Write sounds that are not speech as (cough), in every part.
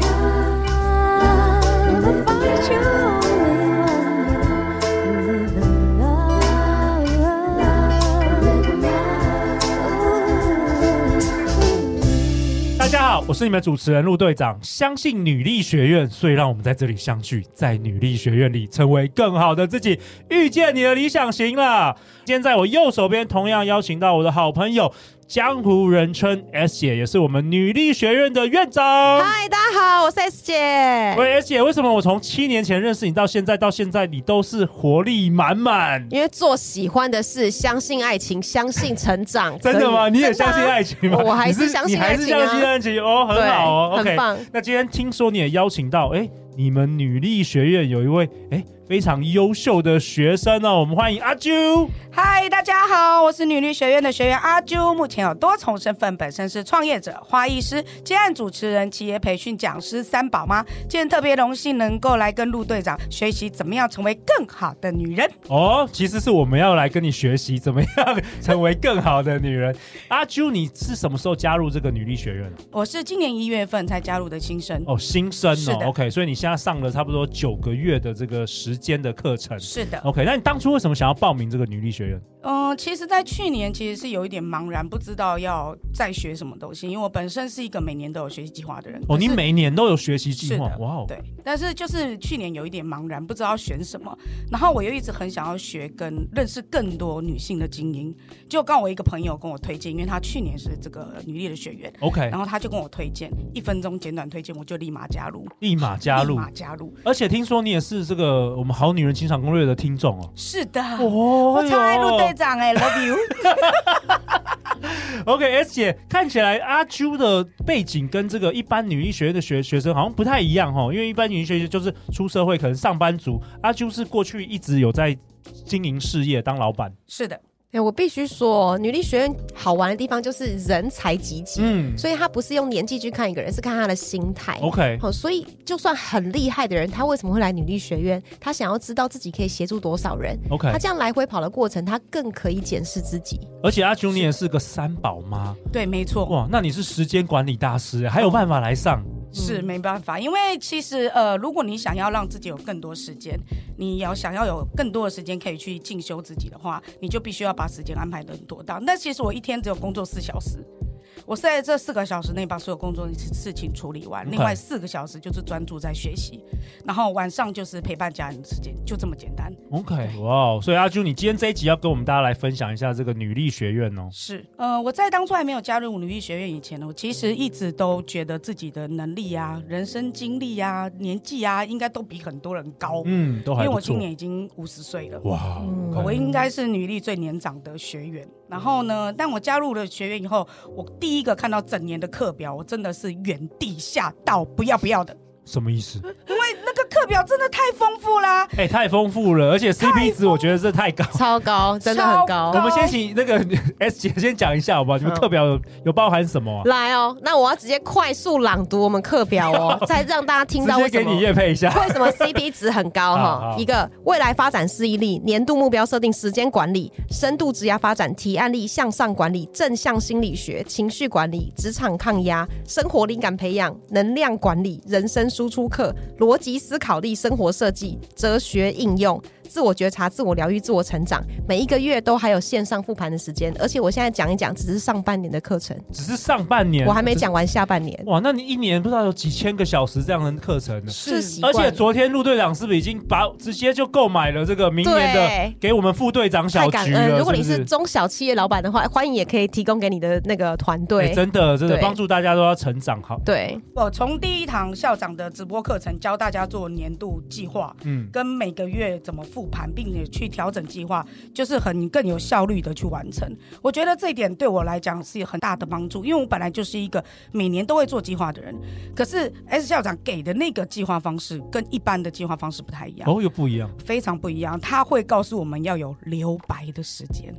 Love, find you only one. Live in love, live in love. 大家好，我是你们主持人陆队长。相信女力学院，所以让我们在这里相聚，在女力学院里成为更好的自己，遇见你的理想型啦。今天在我右手边，同样邀请到我的好朋友，江湖人称 S 姐，也是我们女力学院的院长。嗨，大家好，我是 S 姐。喂，S 姐，为什么我从七年前认识你到现在，到现在你都是活力满满？因为做喜欢的事，相信爱情，相信成 (laughs) 长。真的吗？所以啊你也相信爱情吗？我还是你相你信还爱是情相信啊。爱情哦，很对好哦很，OK。棒那今天听说你也邀请到，哎，你们女力学院有一位哎非常优秀的学生哦，我们欢迎阿啾。嗨，大家好，我是女力学院的学员阿啾，目前有多重身份，本身是创业者、花艺师、接案主持人、企业培训讲师、三宝妈。今天特别荣幸能够来跟陆队长学习怎么样成为更好的女人。哦，其实是我们要来跟你学习怎么样成为更好的女人。阿啾，你是什么时候加入这个女力学院？我是今年一月份才加入的新生。哦，新生是哦的，OK，所以你现在上了差不多九个月的这个时间的课程。是的， OK，那你当初为什么想要报名这个女力学院？嗯，其实，在去年其实是有一点茫然，不知道要再学什么东西，因为我本身是一个每年都有学习计划的人。哦，你可是每年都有学习计是划的，，哇哦，对，但是就是去年有一点茫然，不知道选什么。然后我又一直很想要学跟认识更多女性的精英，就刚好我一个朋友跟我推荐，因为他去年是这个女力的学员， ，OK，然后他就跟我推荐，一分钟简短推荐，我就立马加入，立马加立入。马加入，而且听说你也是这个我们好女人情场攻略的听众哦。是的。哦我超爱陆队长哎、l o v e you！ (laughs) OK，S 姐看起来阿啾的背景跟这个一般女医学院的学学生好像不太一样哦，因为一般女医学院就是出社会可能上班族，阿啾是过去一直有在经营事业当老板。是的，哎，我必须说，女力学院好玩的地方就是人才济济，嗯所以他不是用年纪去看一个人，是看他的心态。 ，OK，好，所以就算很厉害的人，他为什么会来女力学院？他想要知道自己可以协助多少人。 OK 他这样来回跑的过程，他更可以检视自己。而且阿啾你也是个三宝妈对，没错。哇，那你是时间管理大师，欸还有办法来上是没办嗯法，因为其实呃，如果你想要让自己有更多时间，你要想要有更多的时间可以去进修自己的话，你就必须要把时间安排的很妥当。但其实我一天只有工作四小时，我是在这四个小时内把所有工作的事情处理完， OK 另外四个小时就是专注在学习，然后晚上就是陪伴家人的时间，就这么简单。 ？OK，哇哦，所以阿啾你今天这一集要跟我们大家来分享一下这个女力学院哦。是，呃，我在当初还没有加入女力学院以前呢，我其实一直都觉得自己的能力啊、人生经历啊、年纪啊，应该都比很多人高。嗯，都因还为不我今错。年已经五十岁了，哇哎嗯我应该是女力最年长的学员。然后呢，但我加入了学院以后，我第一个看到整年的课表，我真的是原地吓到不要不要的，什么意思？因为那个课表真的太丰富啦。哎、太丰富了，而且 CP 值我觉得这太高。超高，真的很超高高我们先请那个 (laughs) S 姐先讲一下好不好？你们嗯课表有有包含什么、啊？来哦，那我要直接快速朗读我们课 (laughs) 表哦，再让大家听到为直接什给么你夜配一 (laughs) 下。为什么 CP 值很 (laughs) 高好哈啊好？一个未来发展示意力、年度目标设定、时间管理、深度职涯发展、提案力、向上管理、正向心理学、情绪管理、职场抗压、生活灵感培养、能量管理、人生输出课、逻辑思考力、生活设计、哲学应用。自我觉察、自我疗愈、自我成长，每一个月都还有线上复盘的时间，而且我现在讲一讲，只是上半年的课程，只啊是上半年，我还没讲完下半年。哇，那你一年不知道有几千个小时这样的课程呢。是习而惯且昨天陆队长是不是已经把直接就购买了这个明年对的给我们副队长小太感菊恩！了？如果你是是不中小企业老板的话，欢迎也可以提供给你的那个团哎队。真的真的对帮助大家都要成长好。对，我从第一堂校长的直播课程教大家做年度计划，嗯，跟每个月怎么复盘，并且去调整计划，就是很更有效率的去完成。我觉得这一点对我来讲是有很大的帮助，因为我本来就是一个每年都会做计划的人，可是 S 校长给的那个计划方式跟一般的计划啊哦方式不太一样。哦，又不一样。非常不一样，他会告诉我们要有留白的时间，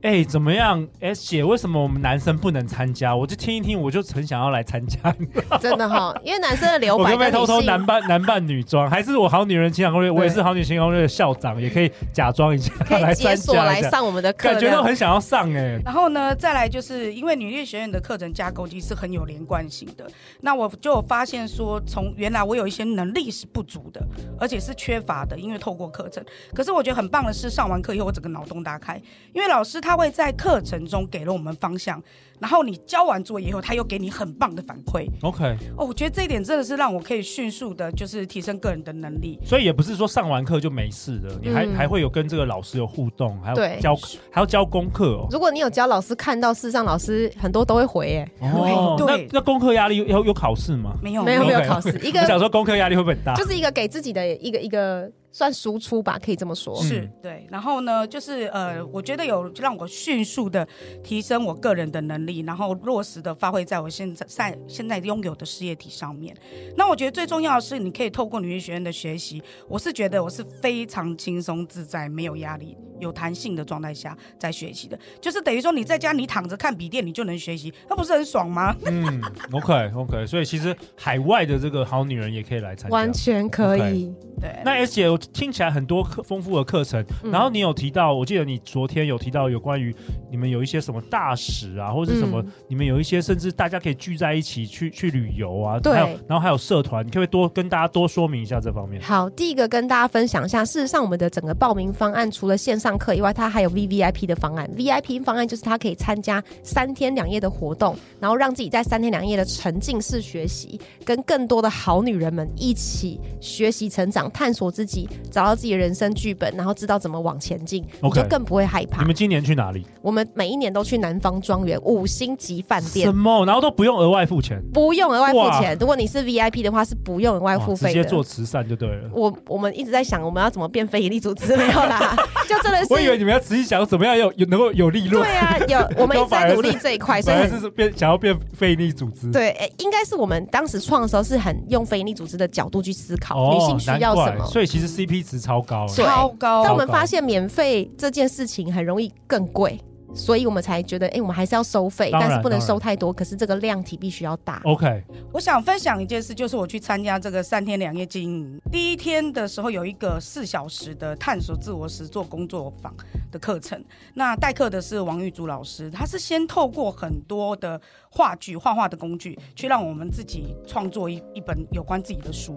哎、怎么样？S 姐，为什么我们男生不能参加？我就听一听，我就很想要来参加。真 (laughs) 的哈，因为男生的留我可白不可以跟偷女偷性男扮男扮女装？还是我好女人情感攻略？我也是好女人情感攻略的校长，也可以假装一下 (laughs) 可来以参解锁加来一下。上我们的课，感觉这样都很想要上哎、然后呢，再来就是因为女力学院的课程架构其实是很有连贯性的。那我就有发现说，从原来我有一些能力是不足的，而且是缺乏的，因为透过课程。可是我觉得很棒的是，上完课以后我整个脑洞大开，因为老师他会在课程中给了我们方向，然后你交完作业以后，他又给你很棒的反馈。 OK，哦，我觉得这一点真的是让我可以迅速的，就是提升个人的能力。所以也不是说上完课就没事了，你还、嗯还会有跟这个老师有互动，还有对教还要教功课哦。如果你有教老师看到，事实上老师很多都会回哎耶，哦，那对那功课压力有有有考试吗？没有没有没有 OK 考试，一我想个说功课压力会不会很大？就是一个给自己的一个一个算输出吧，可以这么说。是嗯对，然后呢，就是呃，我觉得有让我迅速的提升我个人的能力，然后落实的发挥在我现在在现在拥有的事业体上面。那我觉得最重要的是，你可以透过女力学院的学习，我是觉得我是非常轻松自在、没有压力、有弹性的状态下在学习的，就是等于说你在家你躺着看笔电，你就能学习，那不是很爽吗？ (laughs) 嗯，OK OK，所以其实海外的这个好女人也可以来参完加。全可以对，那 S 姐，我听起来很多课丰富的课程，嗯然后你有提到，我记得你昨天有提到有关于你们有一些什么大使啊，或者是什么，嗯你们有一些甚至大家可以聚在一起去去旅游啊，对还有然后还有社团，你可不可以多跟大家多说明一下这方 (laughs) 面？好，第一个跟大家分享一下，事实上我们的整个报名方案除了线上课以外，它还有 V V I P 的方案。V I P 方案就是它可以参加三天两夜的活动，然后让自己在三天两夜的沉浸式学习，跟更多的好女人们一起学习成长，探索自己，找到自己的人生剧本，然后知道怎么往前进你 OK 就更不会害怕你。们今年去哪里？我们每一年都去南方庄园五星级饭什店。么？然后都不用额外付钱，不用额外哇付钱，如果你是 VIP 的话，是不用额外哇付直费的。接做慈善就对了。我我们一直在想，我们要怎么变非营利组织没有 (laughs) 啦，就真的我以为是。你们要仔细想怎么样有有能够有利润对，啊，有我们一 (laughs) 直在努力这一块，所以反而很是变想要变非利组织。对，诶应该是我们当时创的时候是很用非营利组织的角度去思考、哦，女性需要什难怪么。所以其实 CP 值超高。欸对超但高我，们糟糕发现免费这件事情很容易更贵，所以我们才觉得，哎、我们还是要收费，当然但是不能当然收太多，可是这个量体必须要大。 OK，我想分享一件事，就是我去参加这个三天两夜经营。第一天的时候有一个四小时的探索自我实作工作坊的课程，那代课的是王玉竹老师，他是先透过很多的话剧、画画的工具，去让我们自己创作一一本有关自己的书。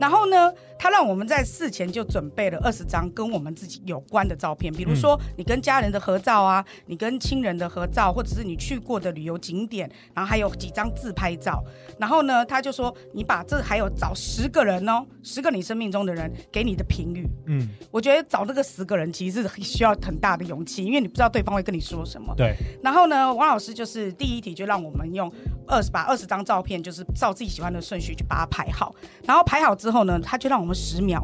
然后呢，他让我们在事前就准备了二十张跟我们自己有关的照片，比如说你跟家人的合照啊，你跟亲人的合照，或者是你去过的旅游景点，然后还有几张自拍照。然后呢，他就说你把这还有找十个人哦，十个你生命中的人给你的评语。嗯，我觉得找这个十个人其实是很需要很大的勇气，因为你不知道对方会跟你说什么。对，然后呢，王老师就是第一题就让我们用二十把二十张照片，就是照自己喜欢的顺序去把它排好。然后排好之后呢，他就让我们十秒，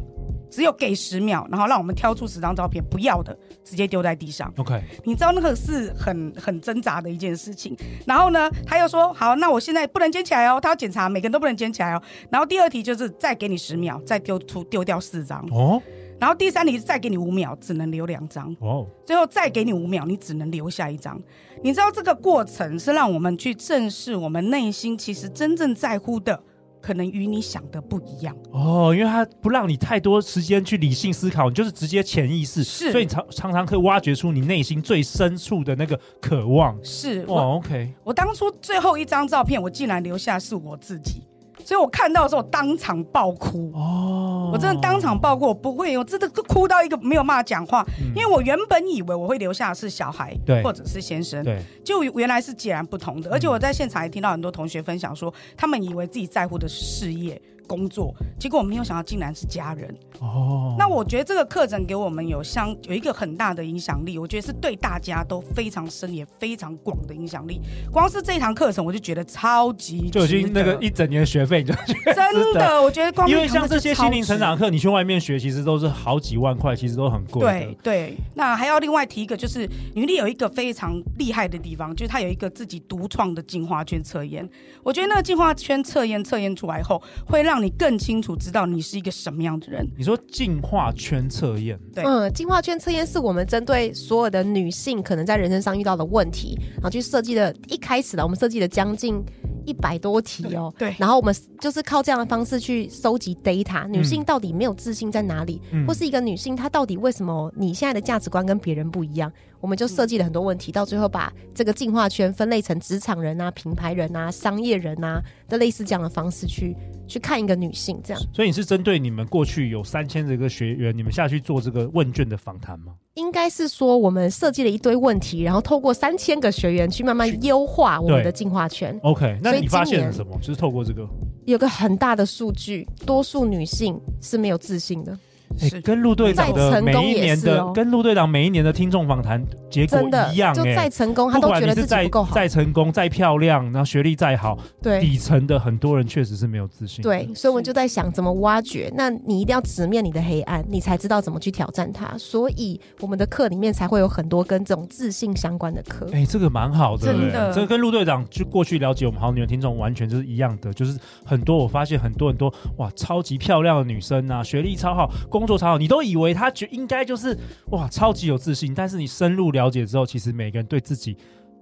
只有给十秒，然后让我们挑出十张照片不要的，直接丢在地上。 OK，你知道那个是很很挣扎的一件事情。然后呢，他又说好，那我现在不能捡起来哦，他要检查每个人都不能捡起来哦。然后第二题就是再给你十秒，再丢出丢掉四张。哦，然后第三题是再给你五秒，只能留两张。哦，最后再给你五秒，你只能留下一张。你知道这个过程是让我们去正视我们内心其实真正在乎的，可能与你想的不一样。哦，因为他不让你太多时间去理性思考，你就是直接潜意识，是所以你常常常可以挖掘出你内心最深处的那个渴望。是我哦，OK，我当初最后一张照片，我竟然留下是我自己，所以我看到的时候我当场爆哭。哦，嗯我真的当场爆哭，我不会，哦我真的哭到一个没有办法讲话，因为我原本以为我会留下的是小孩，对或者是先生，对，嗯就原来是截然不同的。而且我在现场也听到很多同学分享说，他们以为自己在乎的是事业、工作，结果我没有想到竟然是家人。哦，那我觉得这个课程给我们有相有一个很大的影响力，我觉得是对大家都非常深也非常广的影响力。光是这一堂课程，我就觉得超级就已经值那得个一整年的学费你就觉得真值得。的，我觉得 (laughs) (laughs) 光因为一堂像课这就些超心灵值成长课，你去外面学，其实都是好几万块，其实都很贵的对。对，那还要另外提一个，就是女力有一个非常厉害的地方，就是她有一个自己独创的进化圈测验。我觉得那个进化圈测验测验出来后，会让让你更清楚知道你是一个什么样的人。你说进化圈测验，对嗯，进化圈测验是我们针对所有的女性可能在人生上遇到的问题，然后去设计的。一开始呢，我们设计了将近一百多题哦。对对嗯然后我们就是靠这样的方式去收集 data，女性到底没有自信在哪里，嗯或是一个女性她到底为什么你现在的价值观跟别人不一样？我们就设计了很多问题，到最后把这个进化圈分类成职场人啊、品牌人啊、商业人啊的类似这样的方式去去看一个女性这样。所以你是针对你们过去有三千这个学员，你们下去做这个问卷的访谈吗？应该是说，我们设计了一堆问题，然后透过三千个学员去慢慢优化我们的进化圈。 OK，那所以你发今现了年什么？就是透过这个，有个很大的数据，多数女性是没有自信的，哎是跟陆队长的再成每功一年也是的、哦跟陆队长每一年的听众访谈结果真的一样、就哎，再成功，她不都管觉你得是自己再不够好。再成功、再漂亮，然后学历再好，对底层的很多人确实是没有自信。对，，所以我们就在想怎么挖掘。那你一定要直面你的黑暗，你才知道怎么去挑战它。所以我们的课里面才会有很多跟这种自信相关的课。哎、这个蛮好的、真的哎这个跟陆队长就过去了解我们好女人听众完全就是一样的，就是很多我发现很多很多哇，超级漂亮的女生啊，学历超好，工作超好，你都以为她觉应该就是哇，超级有自信，但是你深入了解之后，其实每个人对自己。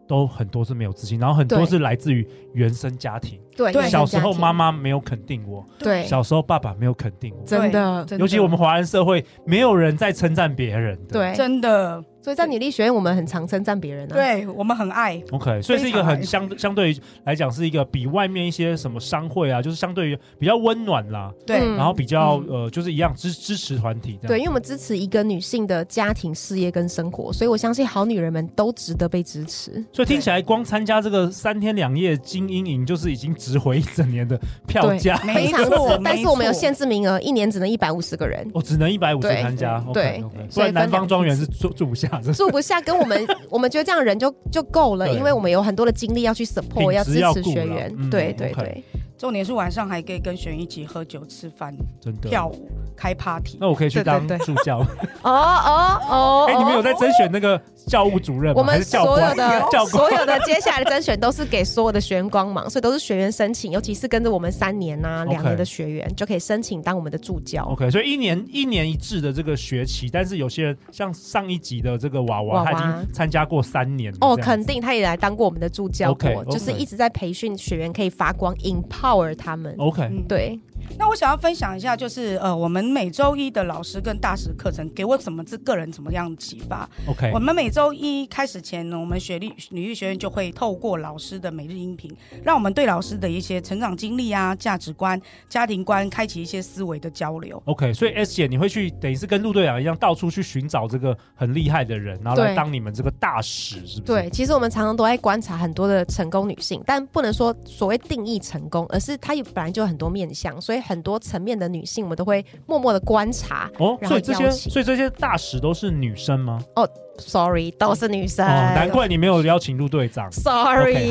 都很多是没有自信，然后很多对是来自于原生家庭。对，对原生小时候家庭妈妈没有肯定我，对，小时候爸爸没有肯定我，真的对真尤其我们华人社会，没有人在称赞别人的。对，真的，所以在女力学院我们很常称赞别人啊。对我们很爱， ，OK，所以是一个非很常相相对于来讲是一个比外面一些什么商会啊，就是相对于比较温暖啦，对，嗯然后比较呃就是一样支支持团体这对，样。因为我们支持一个女性的家庭、事业跟生活，所以我相信好女人们都值得被支持。所以听起来光参加这个三天两夜精英营就是已经值回一整年的票对价，没非常错值，，但是我们有没错限制名额，一年只能一百五十个人。 (laughs) 我只能一百五十对参加。对 o k 不所以然分南方两庄园次是住住不下 (laughs) 的。住不下，跟我们我们觉得这样人就就够了，对因为我们有很多的精力要去 support，品要质支要持顾学啦员。嗯对对 OK 对，重点是晚上还可以跟学员一起喝酒、吃饭、真的。跳舞、开 party。那我可以去对对当对助教。哦哦哦！哎，你们有哦在甄选那个教务主任吗？我还们是教所有官？的 (laughs) 教官所有的接下来的甄选都是给所有的学员光芒，所以都是学员申请，尤其是跟着我们三年呐、两 OK 年的学员就可以申请当我们的助教。 OK，所以一年一年一制的这个学期，但是有些人像上一集的这个娃娃，娃娃他已经参加过三年了哦，这样肯定他也来当过我们的助教过 OK，OK 就是一直在培训学员可以发光，empower 他们。 OK，嗯对，那我想要分享一下，就是呃，我们每周一的老师跟大师课程给我怎么这个人怎么样的启发。 OK，我们每周一开始前呢，我们学历女力学院就会透过老师的每日音频，让我们对老师的一些成长经历啊、价值观、家庭观，开启一些思维的交流。 OK，所以 S 姐你会去等于是跟陆队长一样，到处去寻找这个很厉害的人，然后来对当你们这个大使，是不是？对，其实我们常常都在观察很多的成功女性，但不能说所谓定义成功，而是她有本来就有很多面向，所以很多层面的女性，我们都会默默的观察。哦，然所后以这些邀请所以这些大使都是女生吗？ Sorry，都是女生。哦，难怪你没有邀请陆队长。Sorry，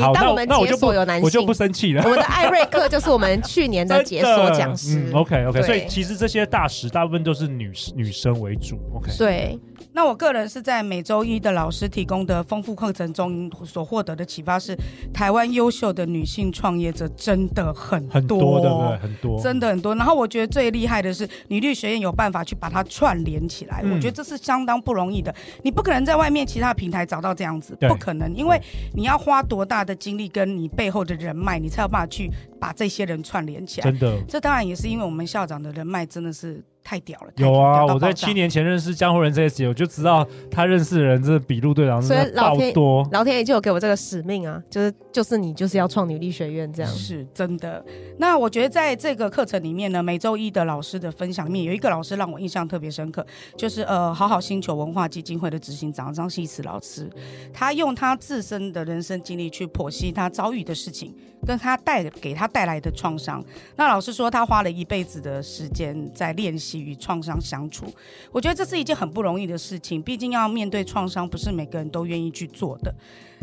OK，好，但那我们那我解就不锁有男性，我就不生气了 (laughs) 我。们的艾瑞克就是我们去年的解锁 (laughs) 讲师。嗯 OK OK，对所以其实这些大使大部分都是女女生为主。OK，对，那我个人是在每周一的老师提供的丰富课程中所获得的启发是，台湾优秀的女性创业者真的很多，很多对不对？很多真的很多。然后我觉得最厉害的是，女力学院有办法去把它串联起来，嗯我觉得这是相当不容易的。你不可能在外面其他平台找到这样子，对不可能，因为你要花多大的精力跟你背后的人脉，你才有办法去把这些人串联起来。真的这当然也是因为我们校长的人脉真的是太屌了，太有啊，哎屌到我在爆炸七年前认识江湖人这些集，我就知道他认识的人真的比陆队长真所以的老爆天多。老天爷就有给我这个使命啊，就是就是你就是要创女力学院这样。是真的。那我觉得在这个课程里面呢，每周一的老师的分享里面，有一个老师让我印象特别深刻，就是呃，好好星球文化基金会的执行长张希慈老师，他用他自身的人生经历去剖析他遭遇的事情，跟他带给他带来的创伤。那老师说，他花了一辈子的时间在练习与创伤相处。我觉得这是一件很不容易的事情，毕竟要面对创伤，不是每个人都愿意去做的。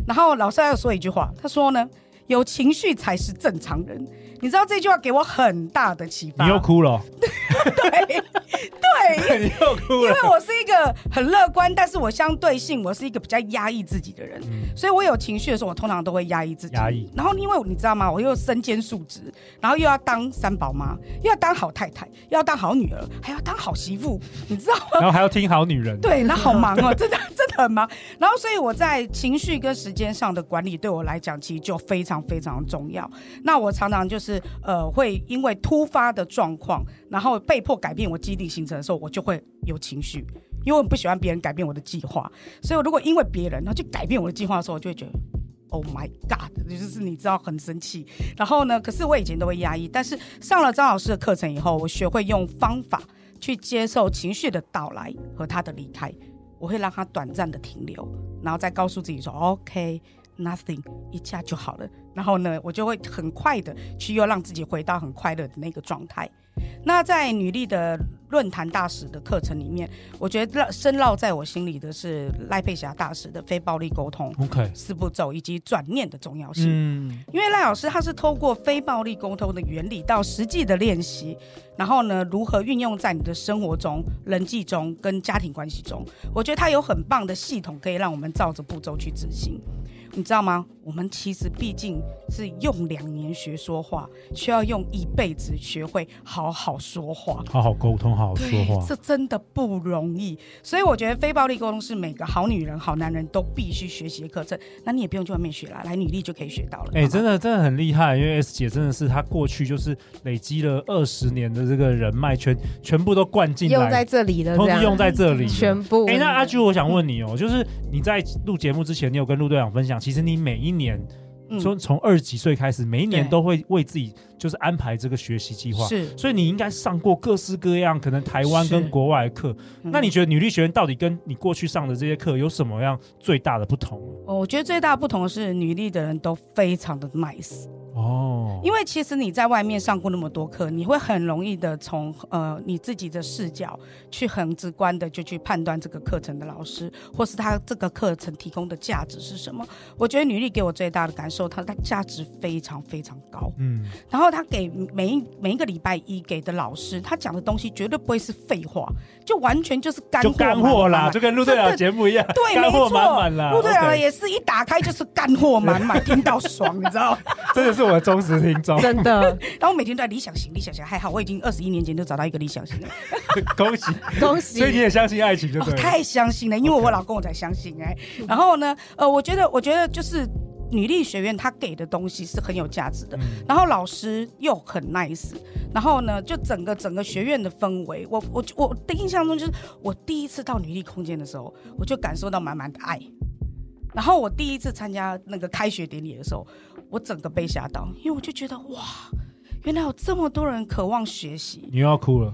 然后老师还有说一句话，他说呢。有情绪才是正常 (laughs) 人，你知道这句话给我很大的启发。你又哭了哦，对对，对，因为 (laughs) 你又哭 (laughs) 因了。为我是一个很乐观，但是我相对性我是一个比较压抑自己的人，所以我有情绪的时候，我通常都会压抑自己。嗯压抑然后因为你知道吗？我又身兼数职，然后又要当三宝妈，又要当好太太，又要当好女儿，还要当好媳妇，你知道吗？然后还要听好女人，对，那好忙哦，真的 (laughs) 真的很忙。然后，所以我在情绪跟时间上的管理，对我来讲其实就非常非常重要。那我常常就是呃，会因为突发的状况，然后被迫改变我既定行程的时候，我就会有情绪，因为我不喜欢别人改变我的计划。所以，如果因为别人然后去改变我的计划的时候，我就会觉得。Oh my god！就是你知道很生气，然后呢？可是我以前都会压抑，但是上了张老师的课程以后，我学会用方法去接受情绪的到来和他的离开，我会让他短暂的停留，然后再告诉自己说 OK。Nothing，一下就好了。然后呢，我就会很快的去又让自己回到很快乐的那个状态。那在女力的论坛大使的课程里面，我觉得深烙在我心里的是赖佩霞大使的非暴力沟通，OK，四步骤以及转念的重要性。嗯，因为赖老师他是透过非暴力沟通的原理到实际的练习，然后呢，如何运用在你的生活中、人际中跟家庭关系中，我觉得他有很棒的系统可以让我们照着步骤去执行。你知道吗？我们其实毕竟是用两年学说话，需要用一辈子学会好好说话。好好沟通，好好说对，话，这真的不容易。所以我觉得非暴力沟通是每个好女人、好男人都必须学习的课程。那你也不用去外面学啦，来女力就可以学到了。哎、好吗真的真的很厉害，因为 S 姐真的是她过去就是累积了二十年的这个人脉全全部都灌进用在来，这里了，通这通样用在这里，全部。哎、那阿居，我嗯想问你哦、就是你在录节目之前，你有跟陆队长分享，其实你每一年嗯从从二十几岁开始，每一年对都会为自己就是安排这个学习计划，是，所以你应该上过各式各样可能台湾跟是国外的课。那你嗯觉得女力学院到底跟你过去上的这些课有什么样最大的不同？呃我觉得最大的不同是女力的人都非常的 nice，哦，因为为其实你在外面上过那么多课，你会很容易的从呃你自己的视角去很直观的就去判断这个课程的老师，或是他这个课程提供的价值是什么。我觉得女力给我最大的感受，它它价值非常非常高。嗯，然后他给每一每一个礼拜一给的老师，他讲的东西绝对不会是废话，就完全就是干就货干满货满啦，满就跟陆队长节目一样，对，干没货错，满满啦。陆队 OK 长也是一打开就是干货满满， (laughs) 听到爽，你知道？真的是我的忠实听众，真 (laughs) 的然后每天都在理想型，理想型还好，我已经二十一年前就找到一个理想型了，恭喜！恭所以你喜，也相信爱情，就哦对了。太相信了，因为我老公我才相信 (laughs) 哎、然后呢，呃，我觉得，我觉得就是女力学院她给的东西是很有价值的，嗯然后老师又很 nice，然后呢，就整个整个学院的氛围，我我我的印象中就是我第一次到女力空间的时候，我就感受到满满的爱。然后我第一次参加那个开学典礼的时候，我整个被吓到，因为我就觉得哇，原来有这么多人渴望学习，你又要哭了，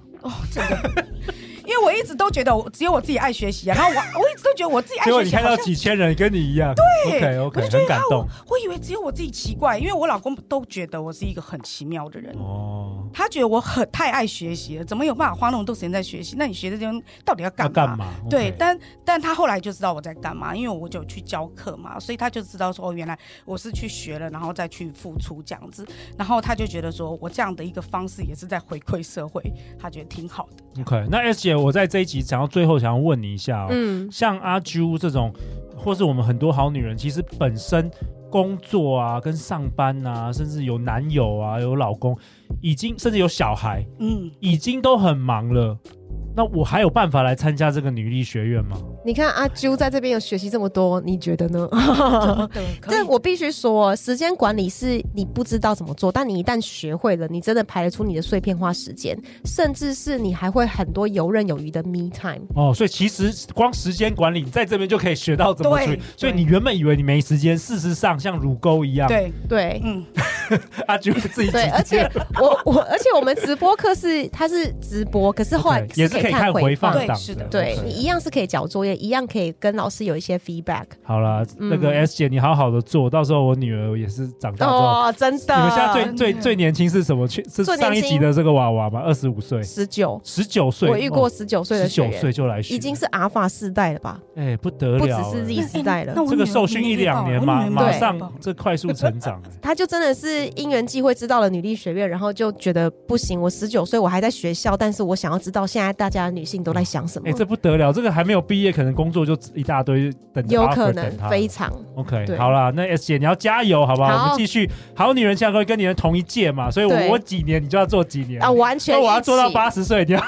因为我一直都觉得我只有我自己爱学习啊，然后我 (laughs) 我一直都觉得我自己爱结果学你习看好到像。几千人跟你一样，对，OK 我 OK，就觉很得感啊动我我以为只有我自己奇怪，因为我老公都觉得我是一个很奇妙的人。哦。他觉得我很太爱学习了，怎么有办法花那么多时间在学习？那你学这些东西到底要干要干嘛？嘛？对 OK，但但他后来就知道我在干嘛，因为我就有去教课嘛，所以他就知道说，哦，原来我是去学了，然后再去付出这样子，然后他就觉得说我这样的一个方式也是在回馈社会，他觉得挺好的。 OK，那 S 姐，我在这一集想要最后想要问你一下、哦，嗯，像阿啾这种，或是我们很多好女人，其实本身工作啊、跟上班啊，甚至有男友啊、有老公，已经甚至有小孩，嗯，已经都很忙了。那我还有办法来参加这个女力学院吗？你看阿啾在这边有学习这么多，你觉得 (laughs) 呢？对，可这以。我必须说，时间管理是你不知道怎么做，但你一旦学会了，你真的排得出你的碎片化时间，甚至是你还会很多游刃有余的 me time。哦，所以其实光时间管理，你在这边就可以学到怎么处理对。所以对你原本以为你没时间，事实上像乳沟一样，对，对，嗯，阿啾自己对，而且我我而且我们直播课是它是直播，可是后来 OK，也是可以看回放对档是的对 OK 你一样是可以交作业，一样可以跟老师有一些 feedback。好啦，那嗯个 S 姐，你好好的做，到时候我女儿也是长大之后。哦，真的，你们现在最最真的最年轻是什么？去是最年上一轻集的这个娃娃吗？二十五岁，十九，十九岁，哦我遇过十九岁十的学九员，岁就来学，已经是阿法世代了吧？哎不得不只了，是哎 Z 时代了那我这个女儿受训一两年，马我女儿马没有上报这快速成长，哎他就真的是因缘际会知道了女力学院，然后就觉得不行，我十九岁我还在学校，但是我想要知道现在大家的女性都在想什么哎、，这不得了，这个还没有毕业，可能工作就一大堆等着有 offer 可等他能非常 OK，对好啦，那 S 姐你要加油，好不好？好我们继续，好女人下课会跟你们同一届嘛，所以我对我几年你就要做几年啊，完全那我要一做到起八十岁，你要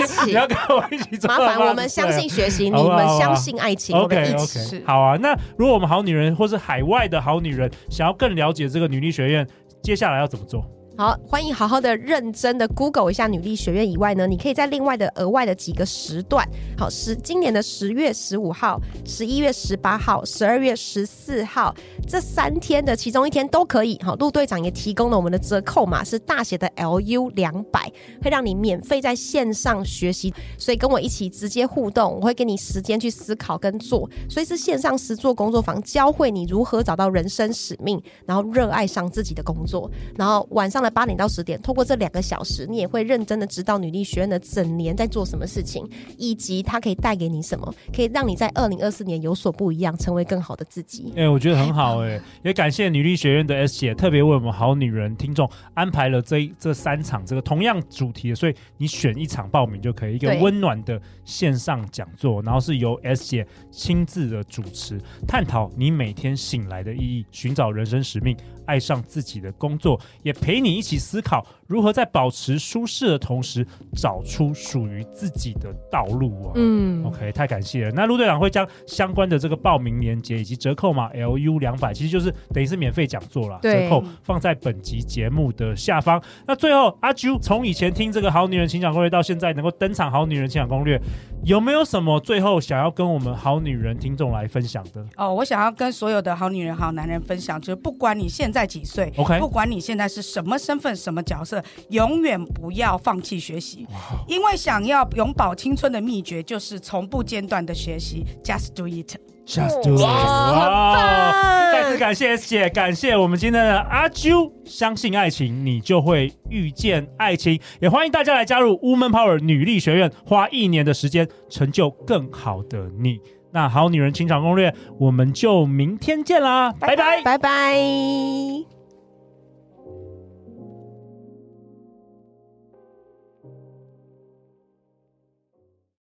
(laughs) 你起。要跟我一起做麻到八十岁。烦我们相信学习，你好不好们好不好相信爱情，我 OK 们一 OK，起。是好啊。那如果我们好女人或是海外的好女人想要更了解这个女力学院，接下来要怎么做？好，欢迎好好的、认真的 Google 一下女力学院以外呢，你可以在另外的额外的几个时段，好，十今年的十月十五号、十一月十八号、十二月十四号这三天的其中一天都可以。好，陆队长也提供了我们的折扣码是大写的 LU 两百，会让你免费在线上学习，所以跟我一起直接互动，我会给你时间去思考跟做，所以是线上实做工作坊，教会你如何找到人生使命，然后热爱上自己的工作。然后晚上的八点到十点，透过这两个小时，你也会认真的知道女力学院的整年在做什么事情，以及它可以带给你什么，可以让你在二零二四年有所不一样，成为更好的自己。哎、我觉得很好哎、也感谢女力学院的 S 姐特别为我们好女人听众安排了这一这三场这个同样主题的，所以你选一场报名就可以，一个对温暖的线上讲座，然后是由 S 姐亲自的主持，探讨你每天醒来的意义，寻找人生使命，爱上自己的工作，也陪你一起思考如何在保持舒适的同时，找出属于自己的道路啊。嗯 OK，太感谢了。那陆队长会将相关的这个报名链接以及折扣码 LU 两百，其实就是等于是免费讲座啦，对折扣放在本集节目的下方。那最后，阿啾从以前听这个《好女人情感攻略》到现在能够登场《好女人情感攻略》，有没有什么最后想要跟我们好女人听众来分享的？哦，我想要跟所有的好女人、好男人分享，就是不管你现在几岁 OK 不管你现在是什么身份、什么角色，永远不要放弃学习，因为想要永葆青春的秘诀就是从不间断的学习，just do it。 Just do it！哇啊再次感谢 S 姐，感谢我们今天的阿啾。相信爱情，你就会遇见爱情。也欢迎大家来加入 Woman Power 女力学院，花一年的时间成就更好的你。那好女人情场攻略，我们就明天见啦，拜拜拜拜。